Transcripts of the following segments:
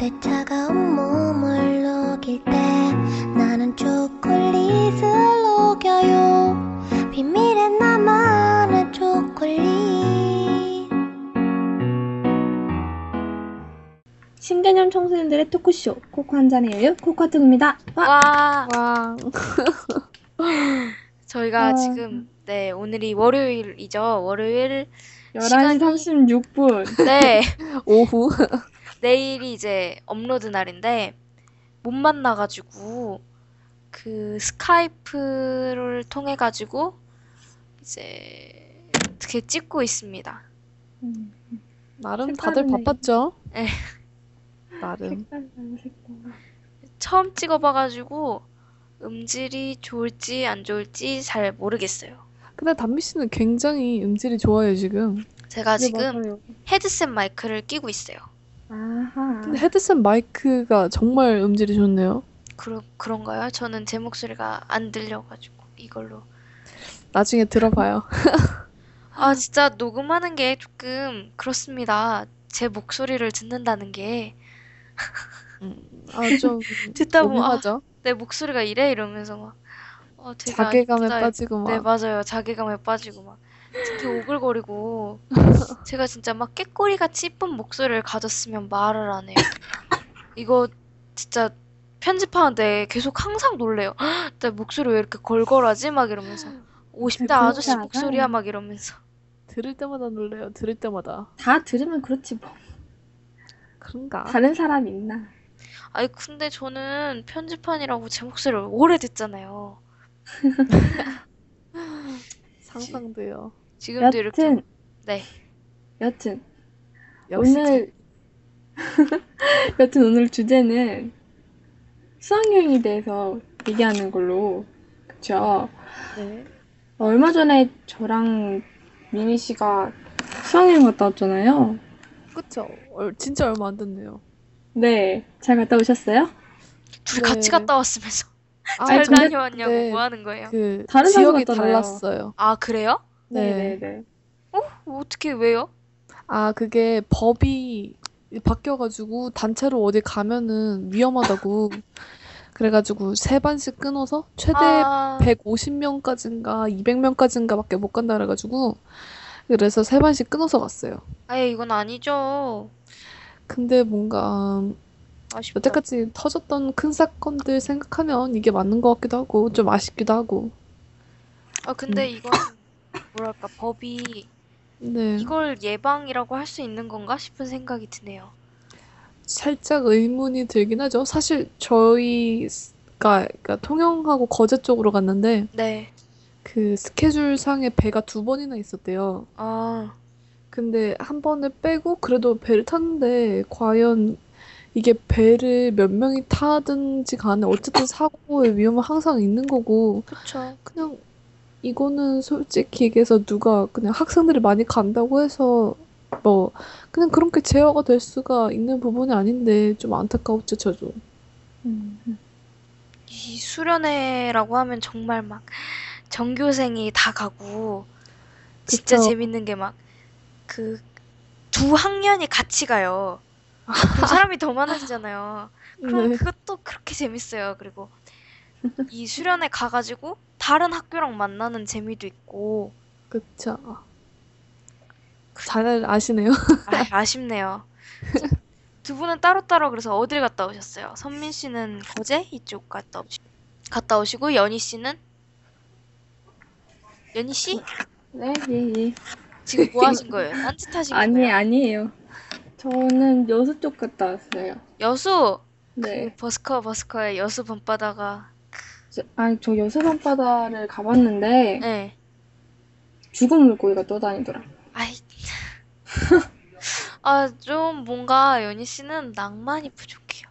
내 차가운 몸을 녹일 때 나는 초콜릿을 녹여요 비밀의 나만의 초콜릿 신개념 청소년들의 토크쇼 코코 한 잔의 여유 코코아트입니다. 와! 와, 와, 저희가 와. 지금 네 오늘이 월요일이죠. 월요일 11시 36분. 네 오후. 내일이 이제 업로드 날인데 못 만나가지고 그 스카이프를 통해 가지고 이제 어떻게 찍고 있습니다. 음. 나름 색다르네. 다들 바빴죠? 네. 음. 나름. 색깔 색깔. 처음 찍어봐가지고 음질이 좋을지 안 좋을지 잘 모르겠어요. 근데 담비 씨는 굉장히 음질이 좋아요, 지금. 제가 지금 헤드셋 마이크를 끼고 있어요. 아하. 근데 헤드셋 마이크가 정말 음질이 좋네요. 그러, 그런가요? 저는 제 목소리가 안 들려가지고 이걸로 나중에 들어봐요. 아 진짜 녹음하는 게 조금 그렇습니다. 제 목소리를 듣는다는 게 아, 좀. 듣다 보면 아, 하죠 내 목소리가 이래 이러면서 막 어, 되게 자괴감에 아쉽다. 빠지고 막. 네 맞아요 자괴감에 빠지고 막 특히 오글거리고 제가 진짜 막 깨꼬리같이 이쁜 목소리를 가졌으면 말을 안 해요. 이거 진짜 편집하는데 계속 항상 놀래요. 헉, 내 목소리 왜 이렇게 걸걸하지? 막 이러면서 네, 50대 아저씨 그렇구나. 목소리야 막 이러면서 들을 때마다 놀래요. 들을 때마다. 다 들으면 그렇지 뭐. 그런가? 아. 다른 사람 있나? 아니 근데 저는 편집판이라고 제 목소리를 오래 듣잖아요. 상상돼요. 지금도 이렇게 여튼 네. 아, 여튼 역시 오늘 여튼 오늘 주제는 수학여행에 대해서 얘기하는 걸로 그쵸? 네. 얼마 전에 저랑 미미 씨가 수학여행 갔다 왔잖아요. 그쵸? 얼- 진짜 얼마 안 됐네요. 네, 잘 갔다 오셨어요? 둘이 네. 같이 갔다 왔으면서 아, 잘 근데- 다녀왔냐고 네. 뭐 하는 거예요? 그 다른 사람 지역이 같잖아요. 달랐어요. 아 그래요? 네. 네. 뭐 어떻게 왜요? 아, 그게 법이 바뀌어가지고 단체로 어디 가면은 위험하다고 그래가지고 세 반씩 끊어서 최대 아, 150명까지인가 200명까지인가밖에 못 간다 그래가지고 그래서 세 반씩 끊어서 갔어요. 아예 이건 아니죠. 근데 뭔가 아쉽다. 여태까지 터졌던 큰 사건들 생각하면 이게 맞는 것 같기도 하고 좀 아쉽기도 하고. 아 근데 이건 뭐랄까 법이 네. 이걸 예방이라고 할 수 있는 건가 싶은 생각이 드네요. 살짝 의문이 들긴 하죠. 사실 저희가 그러니까 통영하고 거제 쪽으로 갔는데 네. 그 스케줄상에 배가 두 번이나 있었대요. 아 근데 한 번을 빼고 그래도 배를 탔는데 과연 이게 배를 몇 명이 타든지 간에 어쨌든 사고의 위험은 항상 있는 거고 그쵸. 그냥 이거는 솔직히 얘기해서 누가 그냥 학생들이 많이 간다고 해서 뭐 그냥 그렇게 제어가 될 수가 있는 부분이 아닌데 좀 안타까웠죠 저도. 이 수련회라고 하면 정말 막 전교생이 다 가고 진짜 그쵸. 재밌는 게 막 그 두 학년이 같이 가요. 그럼 사람이 더 많아지잖아요. 그럼 네. 그것도 그렇게 재밌어요. 그리고 이 수련회 가가지고 다른 학교랑 만나는 재미도 있고 그쵸. 잘 아시네요. 아, 아쉽네요. 두 분은 따로따로 그래서 어딜 갔다 오셨어요? 선민 씨는 거제 이쪽 갔다 오시 갔다 오시고 연희 씨는 연희 씨 네, 예, 예. 지금 뭐 하신 거예요? 딴짓하신 거예요? 아니, 아니에요. 저는 여수 쪽 갔다 왔어요. 여수 네. 그 버스커 버스커의 여수 밤바다가 저, 아니, 저 여수 밤바다를 가봤는데 네. 죽은 물고기가 떠다니더라. 아이 아 좀 뭔가 연희 씨는 낭만이 부족해요.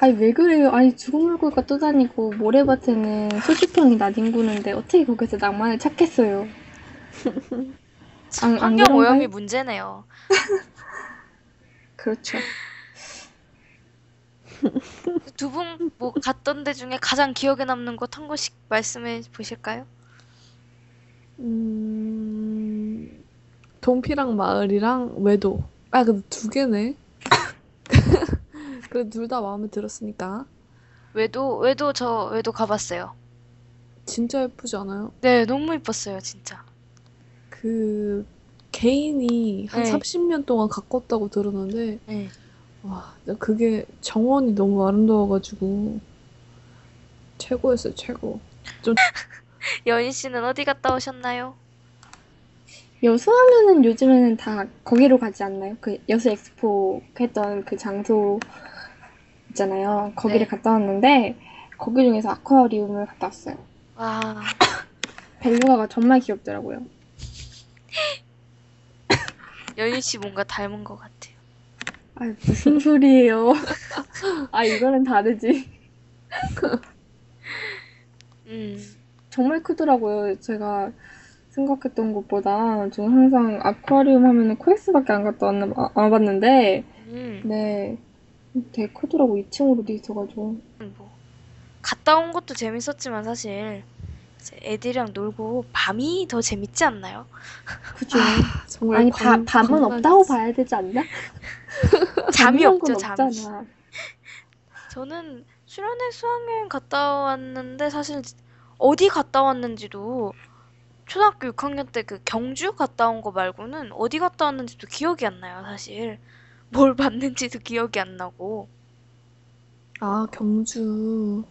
아니, 왜 그래요? 아니, 죽은 물고기가 떠다니고 모래밭에는 소주병이 나뒹구는데 어떻게 거기서 낭만을 찾겠어요? 안- 안 환경 그런가요? 오염이 문제네요. 그렇죠. 두 분 뭐 갔던 데 중에 가장 기억에 남는 곳 한 곳씩 말씀해 보실까요? 음, 동피랑 마을이랑 외도. 아, 근데 두 개네. 그래도 둘 다 마음에 들었으니까 외도 외도 저 외도 가봤어요. 진짜 예쁘지 않아요? 네, 너무 이뻤어요, 진짜. 그 개인이 한 네. 30년 동안 가꿨다고 들었는데 네. 와 진짜 그게 정원이 너무 아름다워가지고 최고였어요 최고 여인 씨는 어디 갔다 오셨나요? 여수하면은 요즘에는 다 거기로 가지 않나요? 그 여수 엑스포 했던 그 장소 있잖아요. 거기를 네. 갔다 왔는데 거기 중에서 아쿠아리움을 갔다 왔어요. 와, 벨루가가 정말 귀엽더라고요. 여인 씨 뭔가 닮은 것 같아요. 아 무슨 소리예요? 아 이거는 다르지. 음, 정말 크더라고요. 제가 생각했던 것보다 저는 항상 아쿠아리움 하면은 코엑스밖에 안 갔다 왔나 아, 안 봤는데 음, 네 되게 크더라고 2층으로 돼 있어가지고 뭐 갔다 온 것도 재밌었지만 사실 이제 애들이랑 놀고 밤이 더 재밌지 않나요? 그죠? 아, 정말 아니 바, 광- 밤은 광활- 없다고 봐야 되지 않나? 잠이 이런 없죠, 건 잠이. 없잖아. 저는 수련회 수학여행 갔다 왔는데 사실 어디 갔다 왔는지도 초등학교 6학년 때 그 경주 갔다 온 거 말고는 어디 갔다 왔는지도 기억이 안 나요, 사실. 뭘 봤는지도 기억이 안 나고. 아 경주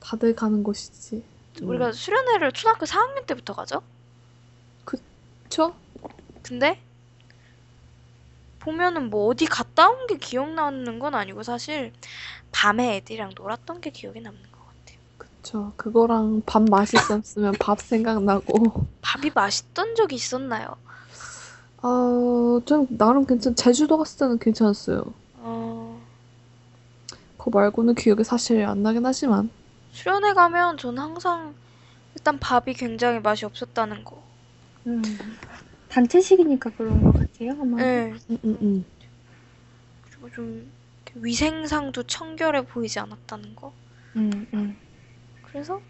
다들 가는 곳이지 우리가 수련회를 초등학교 4학년 때부터 가죠? 쵸? 근데 보면은 뭐 어디 갔다 온 게 기억나는 건 아니고 사실 밤에 애들이랑 놀았던 게 기억에 남는 것 같아요. 그쵸 그거랑 밥 맛있었으면 밥 생각나고 밥이 맛있던 적이 있었나요? 아전 나름 괜찮 제주도 갔을 때는 괜찮았어요 어... 그거 말고는 기억이 사실 안 나긴 하지만 수련회 가면 전 항상 일단 밥이 굉장히 맛이 없었다는 거. 음, 단체식이니까 그런 것 같아요 아마. 네. 음, 음, 음. 그리고 좀 이렇게 위생상도 청결해 보이지 않았다는 거. 음, 음. 그래서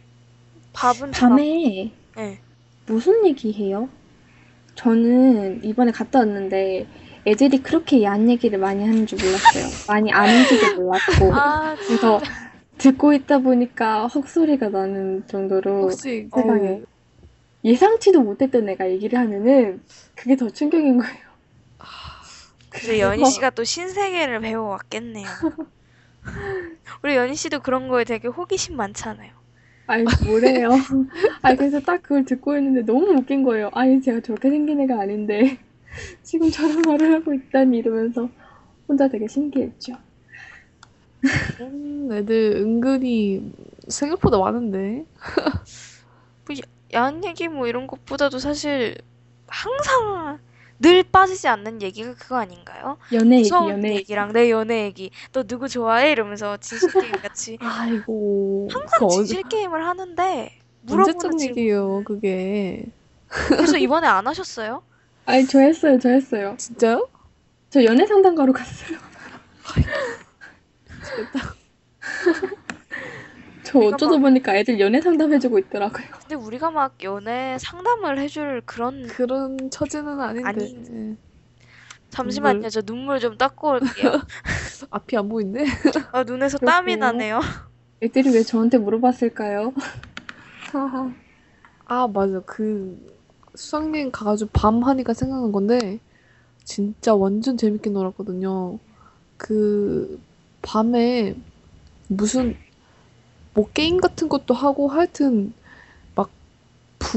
밥은 잘 밤에 안- 네. 무슨 얘기해요? 저는 이번에 갔다 왔는데 애들이 그렇게 야한 얘기를 많이 하는 줄 몰랐어요. 많이 아는지도 몰랐고 아, 그래서 듣고 있다 보니까 헉소리가 나는 어, 정도로 혹시 그 세상에. 예상치도 못했던 애가 얘기를 하면은 그게 더 충격인 거예요. 아, 그래 어. 연희 씨가 또 신세계를 배워왔겠네요. 우리 연희 씨도 그런 거에 되게 호기심 많잖아요. 아니 뭐래요? 아니 그래서 딱 그걸 듣고 있는데 너무 웃긴 거예요. 아니 제가 저렇게 생긴 애가 아닌데 지금 저런 말을 하고 있다니 이러면서 혼자 되게 신기했죠. 그런 음, 애들 은근히 생각보다 많은데 야한 얘기 뭐 이런 것보다도 사실 항상 늘 빠지지 않는 얘기가 그거 아닌가요? 연애 얘기, 무서운 연애 얘기. 얘기랑 내 연애 얘기, 너 누구 좋아해? 이러면서 진실 게임 같이 아이고 그 항상 진실 게임을 하는데 물어보는 문제적 질문. 얘기예요 그게 그래서 이번에 안 하셨어요? 아니 저 했어요, 저 했어요. 진짜요? 저 연애 상담가로 갔어요. 미치겠다. 저 어쩌다 보니까 애들 연애 상담해주고 있더라고요. 근데 우리가 막 연애 상담을 해줄 그런 그런 처지는 아닌데 음. 아니. 예. 잠시만요, 음. 눈물. 저 눈물 좀 닦고 올게요. 앞이 안 보이는데 아, 눈에서 땀이 그렇군요. 나네요. 애들이 왜 저한테 물어봤을까요? 아 맞아 그 수학여행 가가지고 밤 하니까 생각난 건데 진짜 완전 재밌게 놀았거든요 그 밤에 무슨 뭐 게임 같은 것도 하고 하여튼 막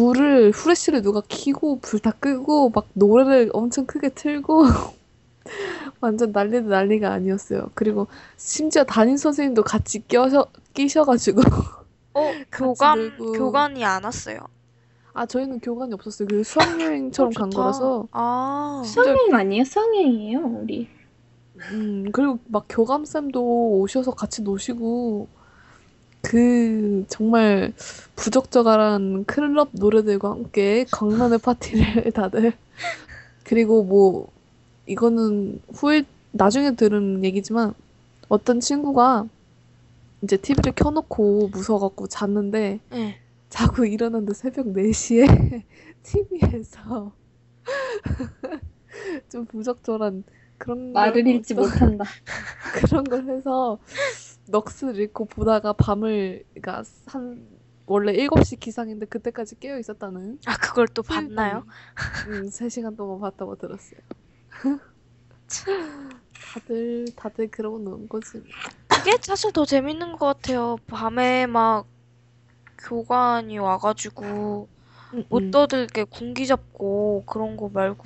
불을 후레쉬를 누가 켜고 불 다 끄고 막 노래를 엄청 크게 틀고 완전 난리도 난리가 아니었어요 그리고 심지어 담임 선생님도 같이 껴셔 끼셔가지고 어, 교관 놀고. 교관이 안 왔어요. 아, 저희는 교관이 없었어요. 그 수학여행처럼 어, 간 좋다. 거라서. 아, 수학여행 아니에요? 수학여행이에요, 우리. 음, 그리고 막 교감쌤도 오셔서 같이 노시고, 그, 정말 부적절한 클럽 노래들과 함께 강만의 파티를 다들. 그리고 뭐, 이거는 후에, 나중에 들은 얘기지만, 어떤 친구가 이제 TV를 켜놓고 무서워갖고 잤는데, 네. 자고 일어났는데 새벽 4시에 TV에서 좀 부적절한 그런 말을 걸 잃지 또- 못한다. 그런 걸 해서 넋을 잃고 보다가 밤을 그러니까 한 원래 7시 기상인데 그때까지 깨어 있었다는 아, 그걸 또 봤나요? 음, 3시간 동안 봤다고 들었어요. 다들 다들 그러고 노는 거지. 그게 사실 더 재밌는 것 같아요. 밤에 막 교관이 와가지고 음. 뭐. 못 떠들게 군기 잡고 그런 거 말고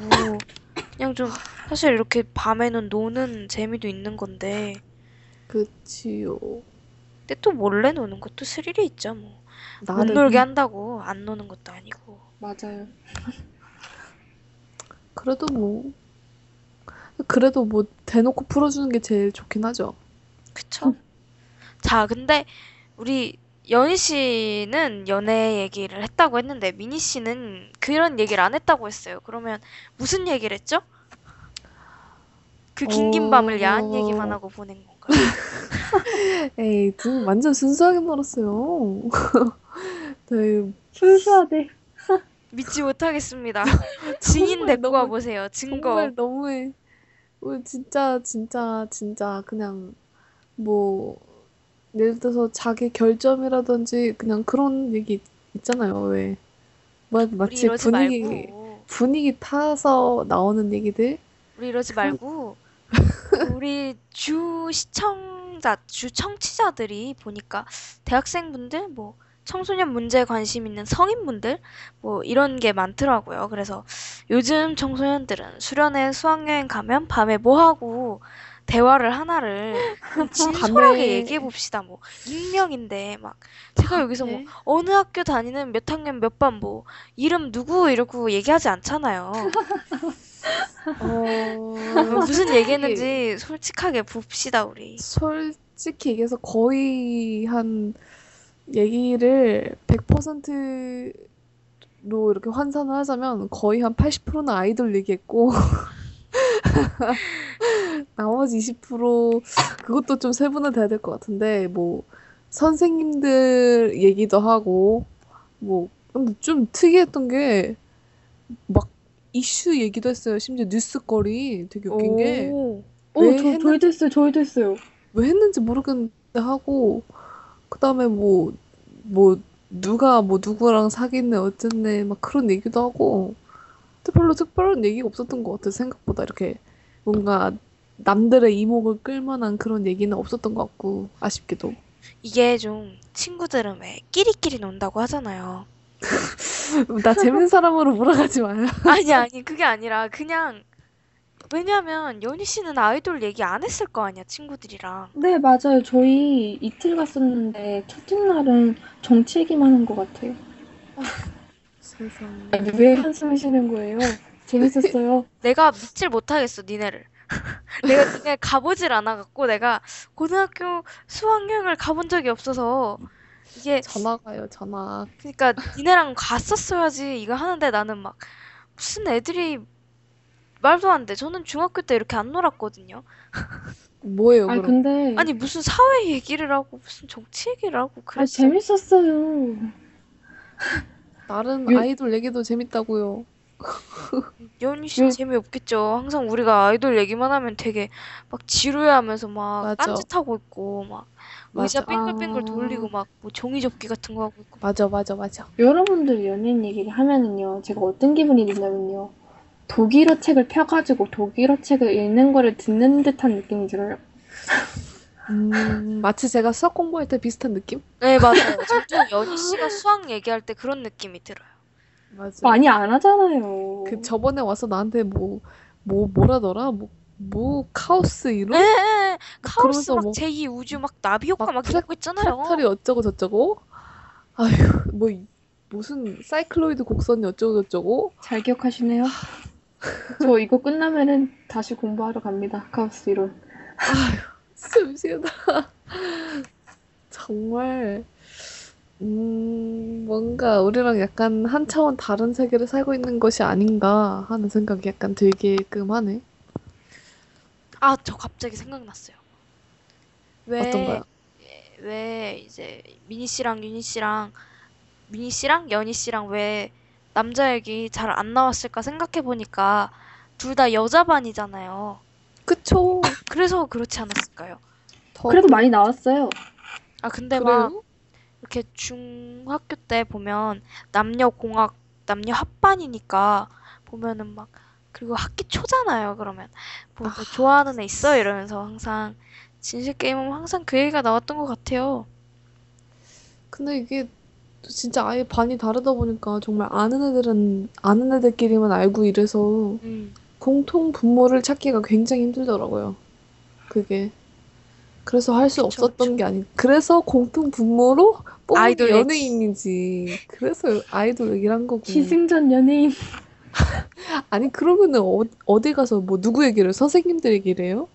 그냥 좀 사실 이렇게 밤에는 노는 재미도 있는 건데 그치요. 근데 또 몰래 노는 것도 스릴이 있죠 뭐. 못 나름 놀게 한다고 안 노는 것도 아니고. 맞아요. 그래도 뭐 그래도 뭐 대놓고 풀어주는 게 제일 좋긴 하죠. 그쵸? 자, 근데 우리 연희 씨는 연애 얘기를 했다고 했는데 미니 씨는 그런 얘기를 안 했다고 했어요. 그러면 무슨 얘기를 했죠? 그 긴 긴 밤을 어. 야한 얘기만 하고 보낸 건가? 에이, 좀 완전 순수하게 놀았어요. 네, 순수하대. 믿지 못하겠습니다. 증인 정말 데리고 너무- 와보세요. 증거. 정말 너무해. 우리 진짜 진짜 진짜 그냥 뭐 예를 들어서 자기 결점이라든지 그냥 그런 얘기 있잖아요. 왜? 뭐, 마, 우리 마치 이러지 분위기 말고. 분위기 타서 나오는 얘기들. 우리 이러지 그 말고. 우리 주 시청자, 주 청취자들이 보니까 대학생분들, 뭐 청소년 문제에 관심 있는 성인분들, 뭐 이런 게 많더라고요. 그래서 요즘 청소년들은 수련회, 수학여행 가면 밤에 뭐 하고 대화를 하나를 좀 진솔하게 밤에- 얘기해 봅시다. 뭐 익명인데 막 제가 여기서 뭐 네. 어느 학교 다니는 몇 학년 몇 반 뭐 이름 누구 이러고 얘기하지 않잖아요. 어, 무슨 얘기했는지 솔직하게 봅시다 우리. 솔직히 얘기해서 거의 한 얘기를 100%로 이렇게 환산을 하자면 거의 한 80%는 아이돌 얘기했고 나머지 20% 그것도 좀 세분화돼야 될 것 같은데 뭐 선생님들 얘기도 하고 뭐 근데 좀 특이했던 게 막 이슈 얘기도 했어요. 심지어 뉴스거리 되게 웃긴 게 오. 어, 왜 저, 저희도 했어요. 저희도 했어요. 왜 했는지 모르겠는데 하고 그다음에 뭐 뭐 누가 뭐 누구랑 사귀네 어쨌네 막 그런 얘기도 하고 근데 별로 특별한 얘기가 없었던 것 같아 생각보다 이렇게 뭔가 남들의 이목을 끌만한 그런 얘기는 없었던 것 같고 아쉽게도 이게 좀 친구들은 왜 끼리끼리 논다고 하잖아요. 나 재밌는 사람으로 몰아가지 마요 아니 아니 그게 아니라 그냥 왜냐면 연희 씨는 아이돌 얘기 안 했을 거 아니야 친구들이랑. 네, 맞아요. 저희 이틀 갔었는데 첫째 날은 정치 얘기만 한 것 같아요. 세상 왜 한숨을 쉬는 거예요? 재밌었어요. 내가 믿질 못하겠어 니네를. 내가 니네 가보질 않아갖고 내가 고등학교 수학여행을 가본 적이 없어서 이게 전화 가요 전화 그러니까 니네랑 갔었어야지 이거 하는데 나는 막 무슨 애들이 말도 안 돼. 저는 중학교 때 이렇게 안 놀았거든요. 뭐예요 아니, 그럼 근데. 아니 무슨 사회 얘기를 하고 무슨 정치 얘기를 하고 아, 그랬어. 재밌었어요. 다른 요- 아이돌 얘기도 재밌다고요 연희 씨 재미없겠죠. 항상 우리가 아이돌 얘기만 하면 되게 막 지루해하면서 막 맞아. 딴짓하고 있고 막 의자 맞아 빙글빙글 아. 돌리고 막 뭐 종이 접기 같은 거 하고 있고 맞아 맞아 맞아 여러분들 연예인 얘기를 하면은요, 제가 어떤 기분이 드냐면요, 독일어 책을 펴가지고 독일어 책을 읽는 거를 듣는 듯한 느낌이 들어요. 음, 마치 제가 수학 공부할 때 비슷한 느낌? 네 맞아요. 저도 연희 씨가 수학 얘기할 때 그런 느낌이 들어요. 맞아. 많이 안 하잖아요. 그 저번에 와서 나한테 뭐, 뭐 뭐라더라? 뭐, 뭐 카오스 네, 이론? 네, 네. 카오스 그러면서 막 뭐- 제2 우주 막 나비 효과 막 막 프랙- 이런 거뭐 있잖아요. 프랙탈이 어쩌고 저쩌고? 아휴, 뭐 이- 무슨 사이클로이드 곡선이 어쩌고 저쩌고? 잘 기억하시네요. 저 이거 끝나면은 다시 공부하러 갑니다. 카우스 이론. 진짜 미치겠다. 정말 음, 뭔가 우리랑 약간 한 차원 다른 세계를 살고 있는 것이 아닌가 하는 생각이 약간 들게끔 하네. 아, 저 갑자기 생각났어요. 네. 왜, 어떤가요? 왜 이제 미니 씨랑 유니 씨랑 미니 씨랑 연희 씨랑 왜 남자 얘기 잘 안 나왔을까 생각해 보니까 둘 다 여자 반이잖아요. 그쵸? 그래서 그렇지 않았을까요? 어. 더 그래도 많이 나왔어요. 아 근데 막 그래요? 이렇게 중학교 때 보면 남녀 공학 남녀 합반이니까 보면은 막 그리고 학기 초잖아요 그러면 보면 뭐 좋아하는 애 있어 이러면서 항상 진실 게임은 항상 그 얘기가 나왔던 것 같아요. 근데 이게 진짜 아예 반이 다르다 보니까 정말 아는 애들은 아는 애들끼리만 알고 이래서 음. 공통 분모를 찾기가 굉장히 힘들더라고요. 그게. 그래서 할 수 그쵸, 없었던 그쵸. 게 아니, 그래서 공통 분모로 뽑은 아이돌 게 얘기. 연예인이지. 그래서 아이돌 얘기를 한 네. 거고. 기승전 연예인. 아니, 그러면은 어, 어디 가서 뭐 누구 얘기를, 해요? 선생님들 얘기를 해요?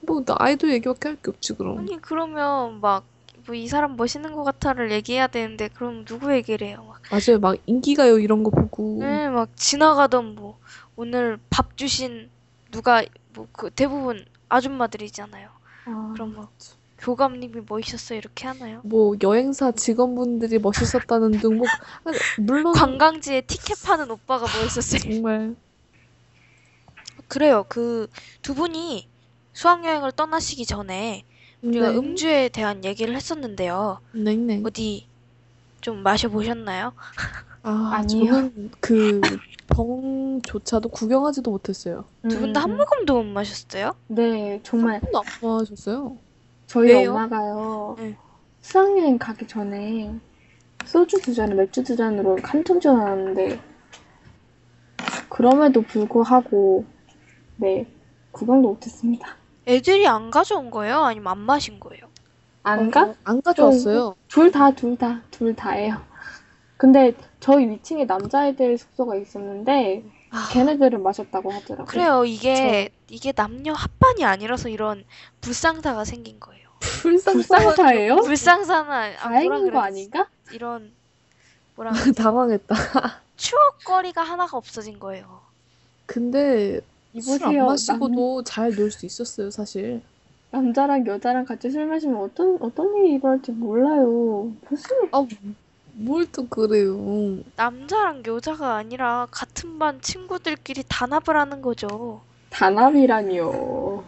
뭐, 나 아이돌 얘기밖에 할 게 없지, 그럼. 아니 그러면 막 뭐 이 사람 멋있는 것 같아를 얘기해야 되는데 그럼 누구 얘기를 해요? 막 맞아요. 막 인기가요 이런 거 보고. 네, 막 지나가던 뭐 오늘 밥 주신 누가 뭐 그 대부분 아줌마들이잖아요. 그럼 막 교감님이 뭐 멋있었어 이렇게 하나요? 뭐 여행사 직원분들이 멋있었다는 둥, 뭐 아니, 물론 관광지에 티켓 파는 오빠가 멋있었어요. 정말 그래요. 그 두 분이 수학여행을 떠나시기 전에 네. 우리가 음주에 대한 얘기를 했었는데요. 냉냉. 뭐, 어디 좀 마셔보셨나요? 아, 아니요. 저는 그 병조차도 구경하지도 못했어요. 두 분 다 한 모금도 못 마셨어요? 음. 네, 정말 너무 아파하셨어요. 저희 왜요? 엄마가요. 네. 수학여행 가기 전에 소주 두 잔에 맥주 두 잔으로 한통 전화하는데 그럼에도 불구하고 네 구경도 못했습니다. 애들이 안 가져온 거예요? 아니면 안 마신 거예요? 안 가? 어, 안 가져왔어요. 둘 다, 둘 다, 둘 다예요. 근데 저희 위층에 남자애들 숙소가 있었는데 아. 걔네들은 마셨다고 하더라고요. 그래요. 이게 이게 남녀 합반이 아니라서 이런 불상사가 생긴 거예요. 불쌍사예요? 불상사는 아니- 어? 아, 뭐라 다행인 거 그래야 되지? 아닌가? 이런 뭐라 당황했다. 추억거리가 하나가 없어진 거예요. 근데 술 안 이보세요, 마시고도 잘 놀 수 있었어요, 사실. 남자랑 여자랑 같이 술 마시면 어떤 어떤 일이 일어날지 몰라요. 무슨 아, 뭘 또 그래요. 뭐 남자랑 여자가 아니라 같은 반 친구들끼리 단합을 하는 거죠. 단합이라니요.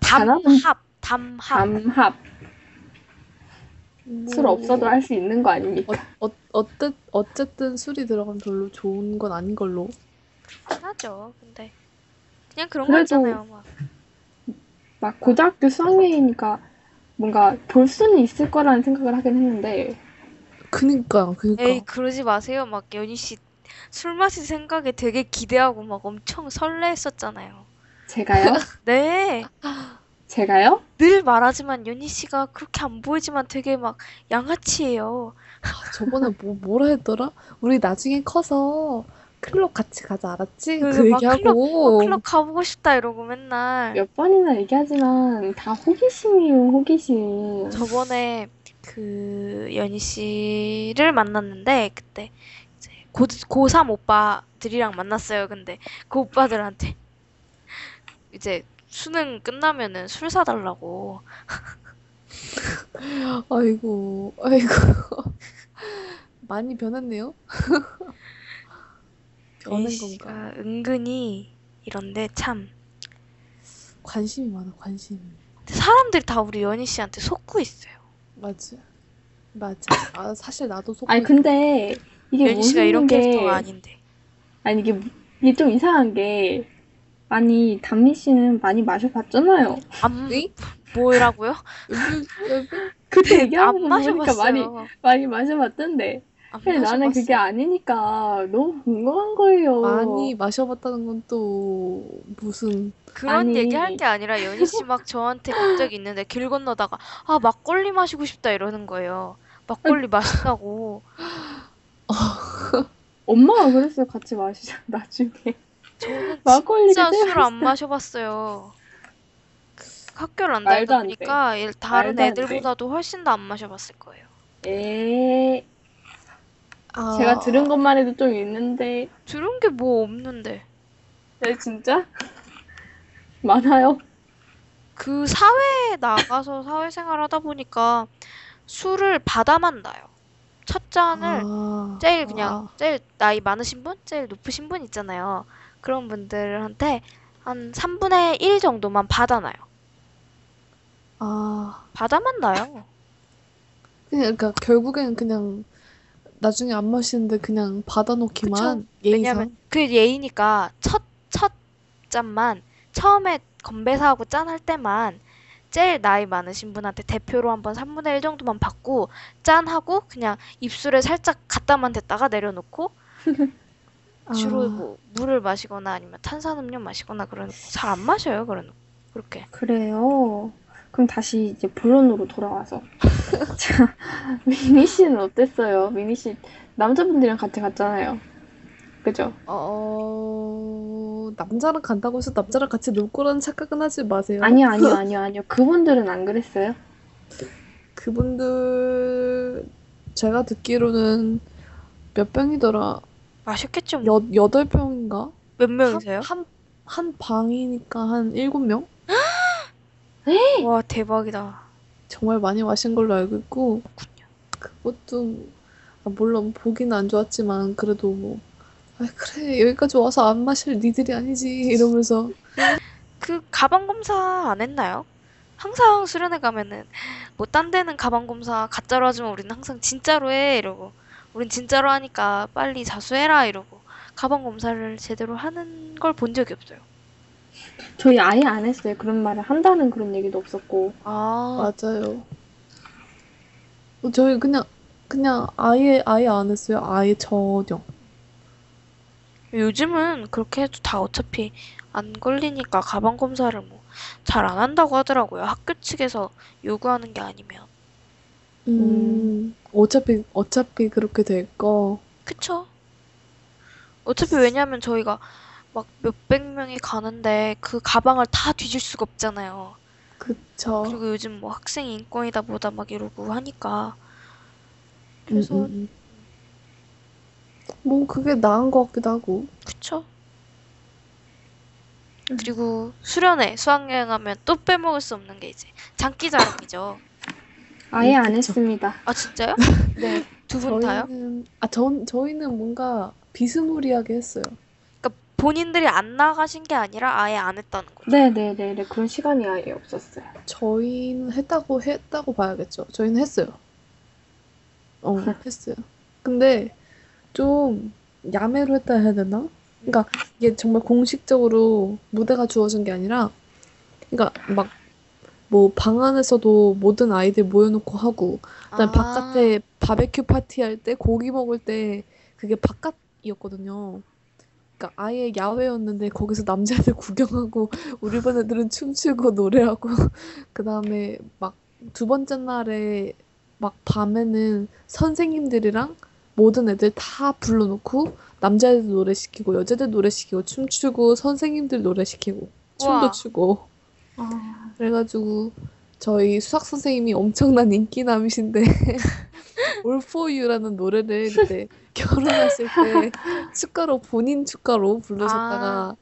단합은- 담합, 담합. 담합. 술 뭐, 없어도 할 수 있는 거 아닙니까? 어, 어때, 어쨌든 술이 들어가면 별로 좋은 건 아닌 걸로. 하죠. 근데 그냥 그런 그래도- 거 있잖아요. 막 막 고등학교 수학여행이니까 뭔가 볼 수는 있을 거라는 생각을 하긴 했는데 그니까, 그니까. 에이 그러지 마세요. 막 연희 씨 술 마실 생각에 되게 기대하고 막 엄청 설레했었잖아요. 제가요? 네. 제가요? 늘 말하지만 연희 씨가 그렇게 안 보이지만 되게 막 양아치예요. 저번에 뭐 뭐라 했더라? 우리 나중에 커서 클럽 같이 가자 알았지? 그래서 그 막 어. 얘기하고 어, 클럽 가보고 싶다 이러고 맨날 몇 번이나 얘기하지만 다 호기심이에요, 호기심. 저번에 그 연희 씨를 만났는데 그때 이제 고, 고3 오빠들이랑 만났어요. 근데 그 오빠들한테 이제 수능 끝나면은 술 사달라고 아이고 아이고 많이 변했네요. 변한 연희 건가? 씨가 은근히 이런데 참 관심이 많아 관심이. 근데 사람들이 다 우리 연희 씨한테 속고 있어요. 맞아 맞아. 아 사실 나도 속고 아니 근데 이게 연희 씨가 무슨 이런 게 캐릭터가 아닌데 아니 이게 이게 좀 이상한 게 아니 담미 씨는 많이 마셔봤잖아요. 안 네? 뭐라고요? 그때 얘기하는 안 거 보니까 마셔봤어요. 많이 많이 마셔봤던데. 안 근데 나는 마셔봤어요. 그게 아니니까 너무 궁금한 어. 거예요. 많이 마셔봤다는 건 또 무슨 그런 아니. 얘기할 게 아니라 연희 씨 막 저한테 갑자기 있는데 길 건너다가 아 막걸리 마시고 싶다 이러는 거예요. 막걸리 마신다고. 엄마가 그랬어요. 같이 마시자 나중에. 저는 막걸리가 진짜 제일 술 안 마셔봤어요. 학교를 안 말도 다니다 안 돼. 보니까 얘- 다른 말도 안 애들보다도 훨씬 더 안 마셔봤을 거예요. 에 아, 제가 들은 것만 해도 좀 있는데 들은 게 뭐 없는데 네 진짜 많아요. 그 사회에 나가서 사회생활 하다 보니까 술을 받아만 나요. 첫 잔을 아, 제일 그냥 아, 제일 나이 많으신 분, 제일 높으신 분 있잖아요. 그런 분들한테 한 3분의 1 정도만 받아놔요. 아, 바다만 나요. 그냥 그러니까 결국엔 그냥 나중에 안 마시는데 그냥 받아놓기만 왜냐면 그 예의니까 첫, 첫 짠만 처음에 건배사하고 짠할 때만 제일 나이 많으신 분한테 대표로 한번 3분의 1 정도만 받고 짠하고 그냥 입술에 살짝 갖다만 댔다가 내려놓고 예의상. 주로 아, 뭐 물을 마시거나 아니면 탄산음료 마시거나 그런 잘 안 마셔요 그런 그렇게 그래요. 그럼 다시 이제 본론으로 돌아와서. 자, 미니 씨는 어땠어요? 미니 씨 남자분들이랑 같이 갔잖아요. 그죠? 뭐, 어, 남자랑 간다고 해서 남자랑 같이 놀 거라는 착각은 하지 마세요. 아니요, 아니요, 아니요, 아니요. 그분들은 안 그랬어요. 그분들 제가 듣기로는 몇 병이더라? 마셨겠죠 뭐. 여, 여덟 병인가? 몇 명이세요? 한, 한 방이니까 한 일곱 명? 와 대박이다 정말 많이 마신 걸로 알고 있고 그것도 아, 물론 보기는 안 좋았지만 그래도 뭐 아, 그래 여기까지 와서 안 마실 니들이 아니지 이러면서 그 가방 검사 안 했나요? 항상 수련회 가면은 뭐 딴 데는 가방 검사 가짜로 하지만 우리는 항상 진짜로 해 이러고 우린 진짜로 하니까 빨리 자수해라 이러고 가방 검사를 제대로 하는 걸 본 적이 없어요 저희 아예 안 했어요. 그런 말을 한다는 그런 얘기도 없었고. 아 맞아요 어, 저희 그냥 그냥 아예 아예 안 했어요 아예 전혀 요즘은 그렇게 해도 다 어차피 안 걸리니까 가방 검사를 뭐 잘 안 한다고 하더라고요 학교 측에서 요구하는 게 아니면 음, 어차피 어차피 그렇게 될거 그쵸? 어차피 왜냐면 저희가 막 몇백 명이 가는데 그 가방을 다 뒤질 수가 없잖아요. 그쵸 음, 그리고 요즘 뭐 학생 인권이다 보다 막 이러고 하니까. 음, 그래서 음, 음. 뭐 그게 나은 것 같기도 하고 그쵸? 음. 그리고 수련회, 수학여행 하면 또 빼먹을 수 없는 게 이제 장기자랑이죠. 아예 안 그쵸. 했습니다. 아 진짜요? 네. 두 분 다요? 저희는 아, 전 저희는 뭔가 비스무리하게 했어요. 그러니까 본인들이 안 나가신 게 아니라 아예 안 했다는 거죠. 네네네. 네, 그런 시간이 아예 없었어요. 저희는 했다고 했다고 봐야겠죠. 저희는 했어요. 어, 했어요. 근데 좀 야매로 했다 해야 되나? 그러니까 이게 정말 공식적으로 무대가 주어진 게 아니라, 그러니까 막 뭐 방 안에서도 모든 아이들 모여놓고 하고, 아, 그다음 에 네, 바깥에 바베큐 파티 할 때 고기 먹을 때 그게 바깥이었거든요. 그러니까 아예 야외였는데 거기서 남자애들 구경하고 우리 반 애들은 춤추고 노래하고 그다음에 막 두 번째 날에 막 밤에는 선생님들이랑 모든 애들 다 불러놓고 남자애들 노래 시키고 여자들 노래 시키고 춤추고 선생님들 노래 시키고 춤도 우와. 아. 추고 그래가지고 저희 수학 선생님이 엄청난 인기남이신데 All for You라는 노래를 그때 결혼하실 때 축가로 본인 축가로 불러셨다가 아.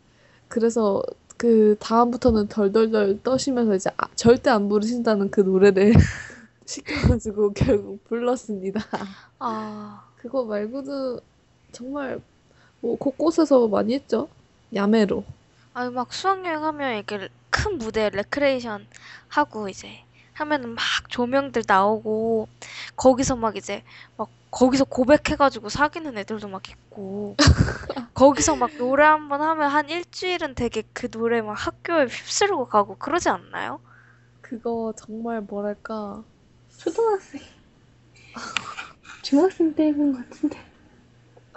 그래서 그 다음부터는 덜덜덜 떠시면서 이제 아, 절대 안 부르신다는 그 노래를 시켜가지고 결국 불렀습니다. 아, 그거 말고도 정말 뭐 곳곳에서 많이 했죠. 야매로. 아유 막 수학여행 하면 이렇게 큰 무대 레크레이션 하고 이제 하면은 막 조명들 나오고 거기서 막 이제 막 거기서 고백해가지고 사귀는 애들도 막 있고 거기서 막 노래 한 번 하면 한 일주일은 되게 그 노래 막 학교에 휩쓸고 가고 그러지 않나요? 그거 정말 뭐랄까 초등학생. 중학생 때 해본 것 같은데.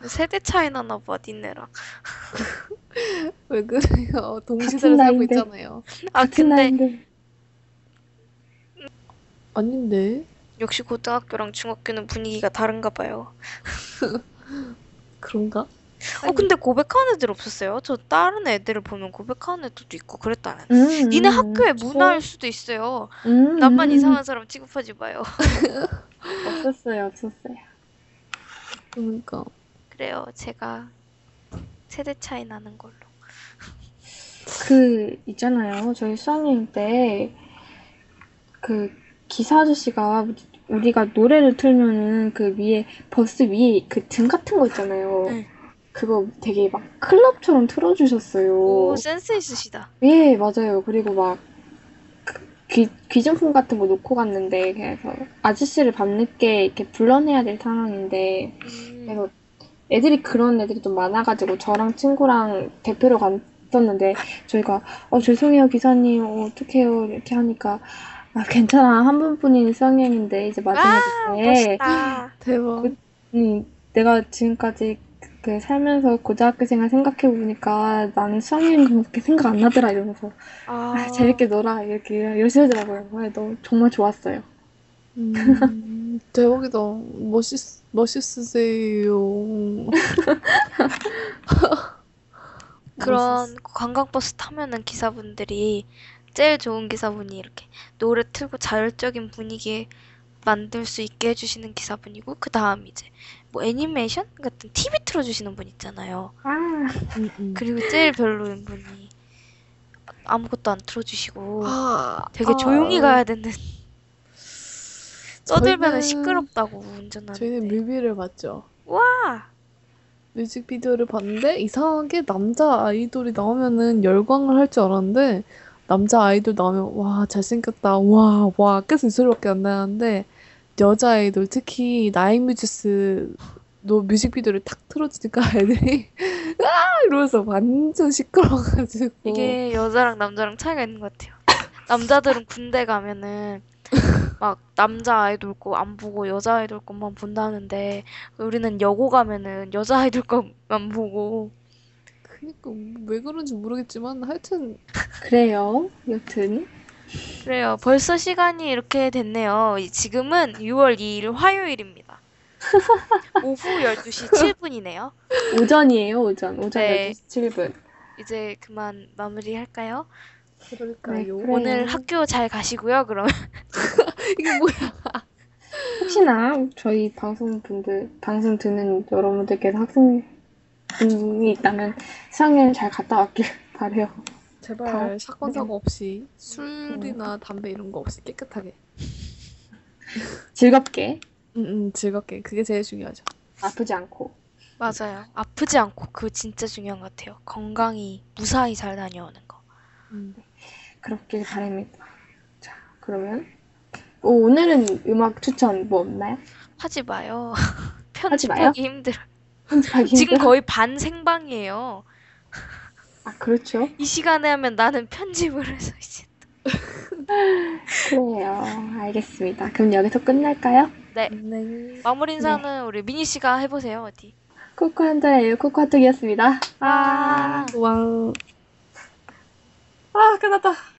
세대 차이 나나 봐 니네랑 왜 그래요? 동시대를 살고 나이인데. 있잖아요. 아 같은 그 근데 나이인데. 아닌데. 역시 고등학교랑 중학교는 분위기가 다른가 봐요 그런가? 어 근데 고백하는 애들 없었어요? 저 다른 애들을 보면 고백하는 애들도 있고 그랬다는 음, 니네 음, 학교의 음. 문화일 수도 있어요. 음, 나만 음, 이상한 사람 취급하지 마요. 없었어요, 없었어요. 그러니까 그래요. 제가 세대 차이 나는 걸로. 그 있잖아요. 저희 수학여행 때 그 기사 아저씨가 우리가 노래를 틀면은 그 위에 버스 위에 그 등 같은 거 있잖아요. 네. 그거 되게 막 클럽처럼 틀어주셨어요. 오, 센스 있으시다. 예, 맞아요. 그리고 막 귀, 귀중품 같은 거 놓고 갔는데 그래서 아저씨를 밤늦게 이렇게 불러내야 될 상황인데 음. 그래서 애들이 그런 애들이 좀 많아가지고 저랑 친구랑 대표로 갔었는데 저희가 어 죄송해요 기사님 어, 어떡해요 이렇게 하니까 아 괜찮아 한 분뿐인 수학여행인데 이제 마지막에 아, 멋있다. 대박. 그- 음, 내가 지금까지 그 살면서 고등학교 생활 생각해보니까 나는 수학여행 그렇게 생각 안 나더라 이러면서 아, 재밌게 놀아 이렇게 이러시더라고요. 아, 너무 정말 좋았어요. 음, 대박이다. 멋있, 멋있으세요. 그런 관광버스 타면은 기사분들이 제일 좋은 기사분이 이렇게 노래 틀고 자율적인 분위기에 만들 수 있게 해주시는 기사분이고 그 다음 이제 뭐 애니메이션 같은 TV 틀어주시는 분 있잖아요. 아, 음, 음. 그리고 제일 별로인 분이 아무것도 안 틀어주시고 아, 되게 아, 조용히 가야 되는 저희는- 떠들면은 시끄럽다고 운전하는데 저희는 뮤비를 봤죠. 와 뮤직비디오를 봤는데 이상하게 남자 아이돌이 나오면은 열광을 할 줄 알았는데 남자 아이돌 나오면 와 잘생겼다 와 와 계속 이 소리밖에 안 나는데 여자 아이돌 특히 나인뮤지스 노 뮤직비디오를 탁 틀어주니까 애들이 아 이러면서 완전 시끄러워가지고 이게 여자랑 남자랑 차이가 있는 것 같아요. 남자들은 군대 가면은 막 남자 아이돌 거 안 보고 여자 아이돌 것만 본다는데 우리는 여고 가면은 여자 아이돌 것만 보고 그니까 왜 그런지 모르겠지만 하여튼 그래요. 여튼 그래요. 벌써 시간이 이렇게 됐네요. 이- 지금은 6월 2일 화요일입니다. 오후 12시 7분이네요. 오전이에요. 오전 오전 네. 12시 7분. 이제 그만 마무리할까요? 네, 그럴까요? 그래. 오늘 학교 잘 가시고요. 그럼 이게 뭐야? 혹시나 저희 방송 분들 방송 듣는 여러분들께서 학생분이 있다면 수학여행 잘 갔다 왔길 바래요. 제발 사건 그래. 사고 없이 술이나 담배 이런 거 없이 깨끗하게 즐겁게 음, 음, 즐겁게. 그게 제일 중요하죠. 아프지 않고. 맞아요. 아프지 않고 그거 진짜 중요한 것 같아요. 건강히 무사히 잘 다녀오는 거. 음. 그렇길 바랍니다. 자, 그러면 어, 오, 오늘은 음악 추천 뭐 없나요? 하지 마요. 하지 마요? 편집하기 힘들어. 편집하기 지금 힘들어? 거의 반 생방이에요. 아, 그렇죠. 이 시간에 하면 나는 편집을 해서 이제. 그래요. 알겠습니다. 그럼 여기서 끝날까요? 네. 마무리 인사는 우리 미니 씨가 해보세요. 어디? 코코 한자예요. 코코 핫톡이었습니다. 아. 왕. 아, 끝났다.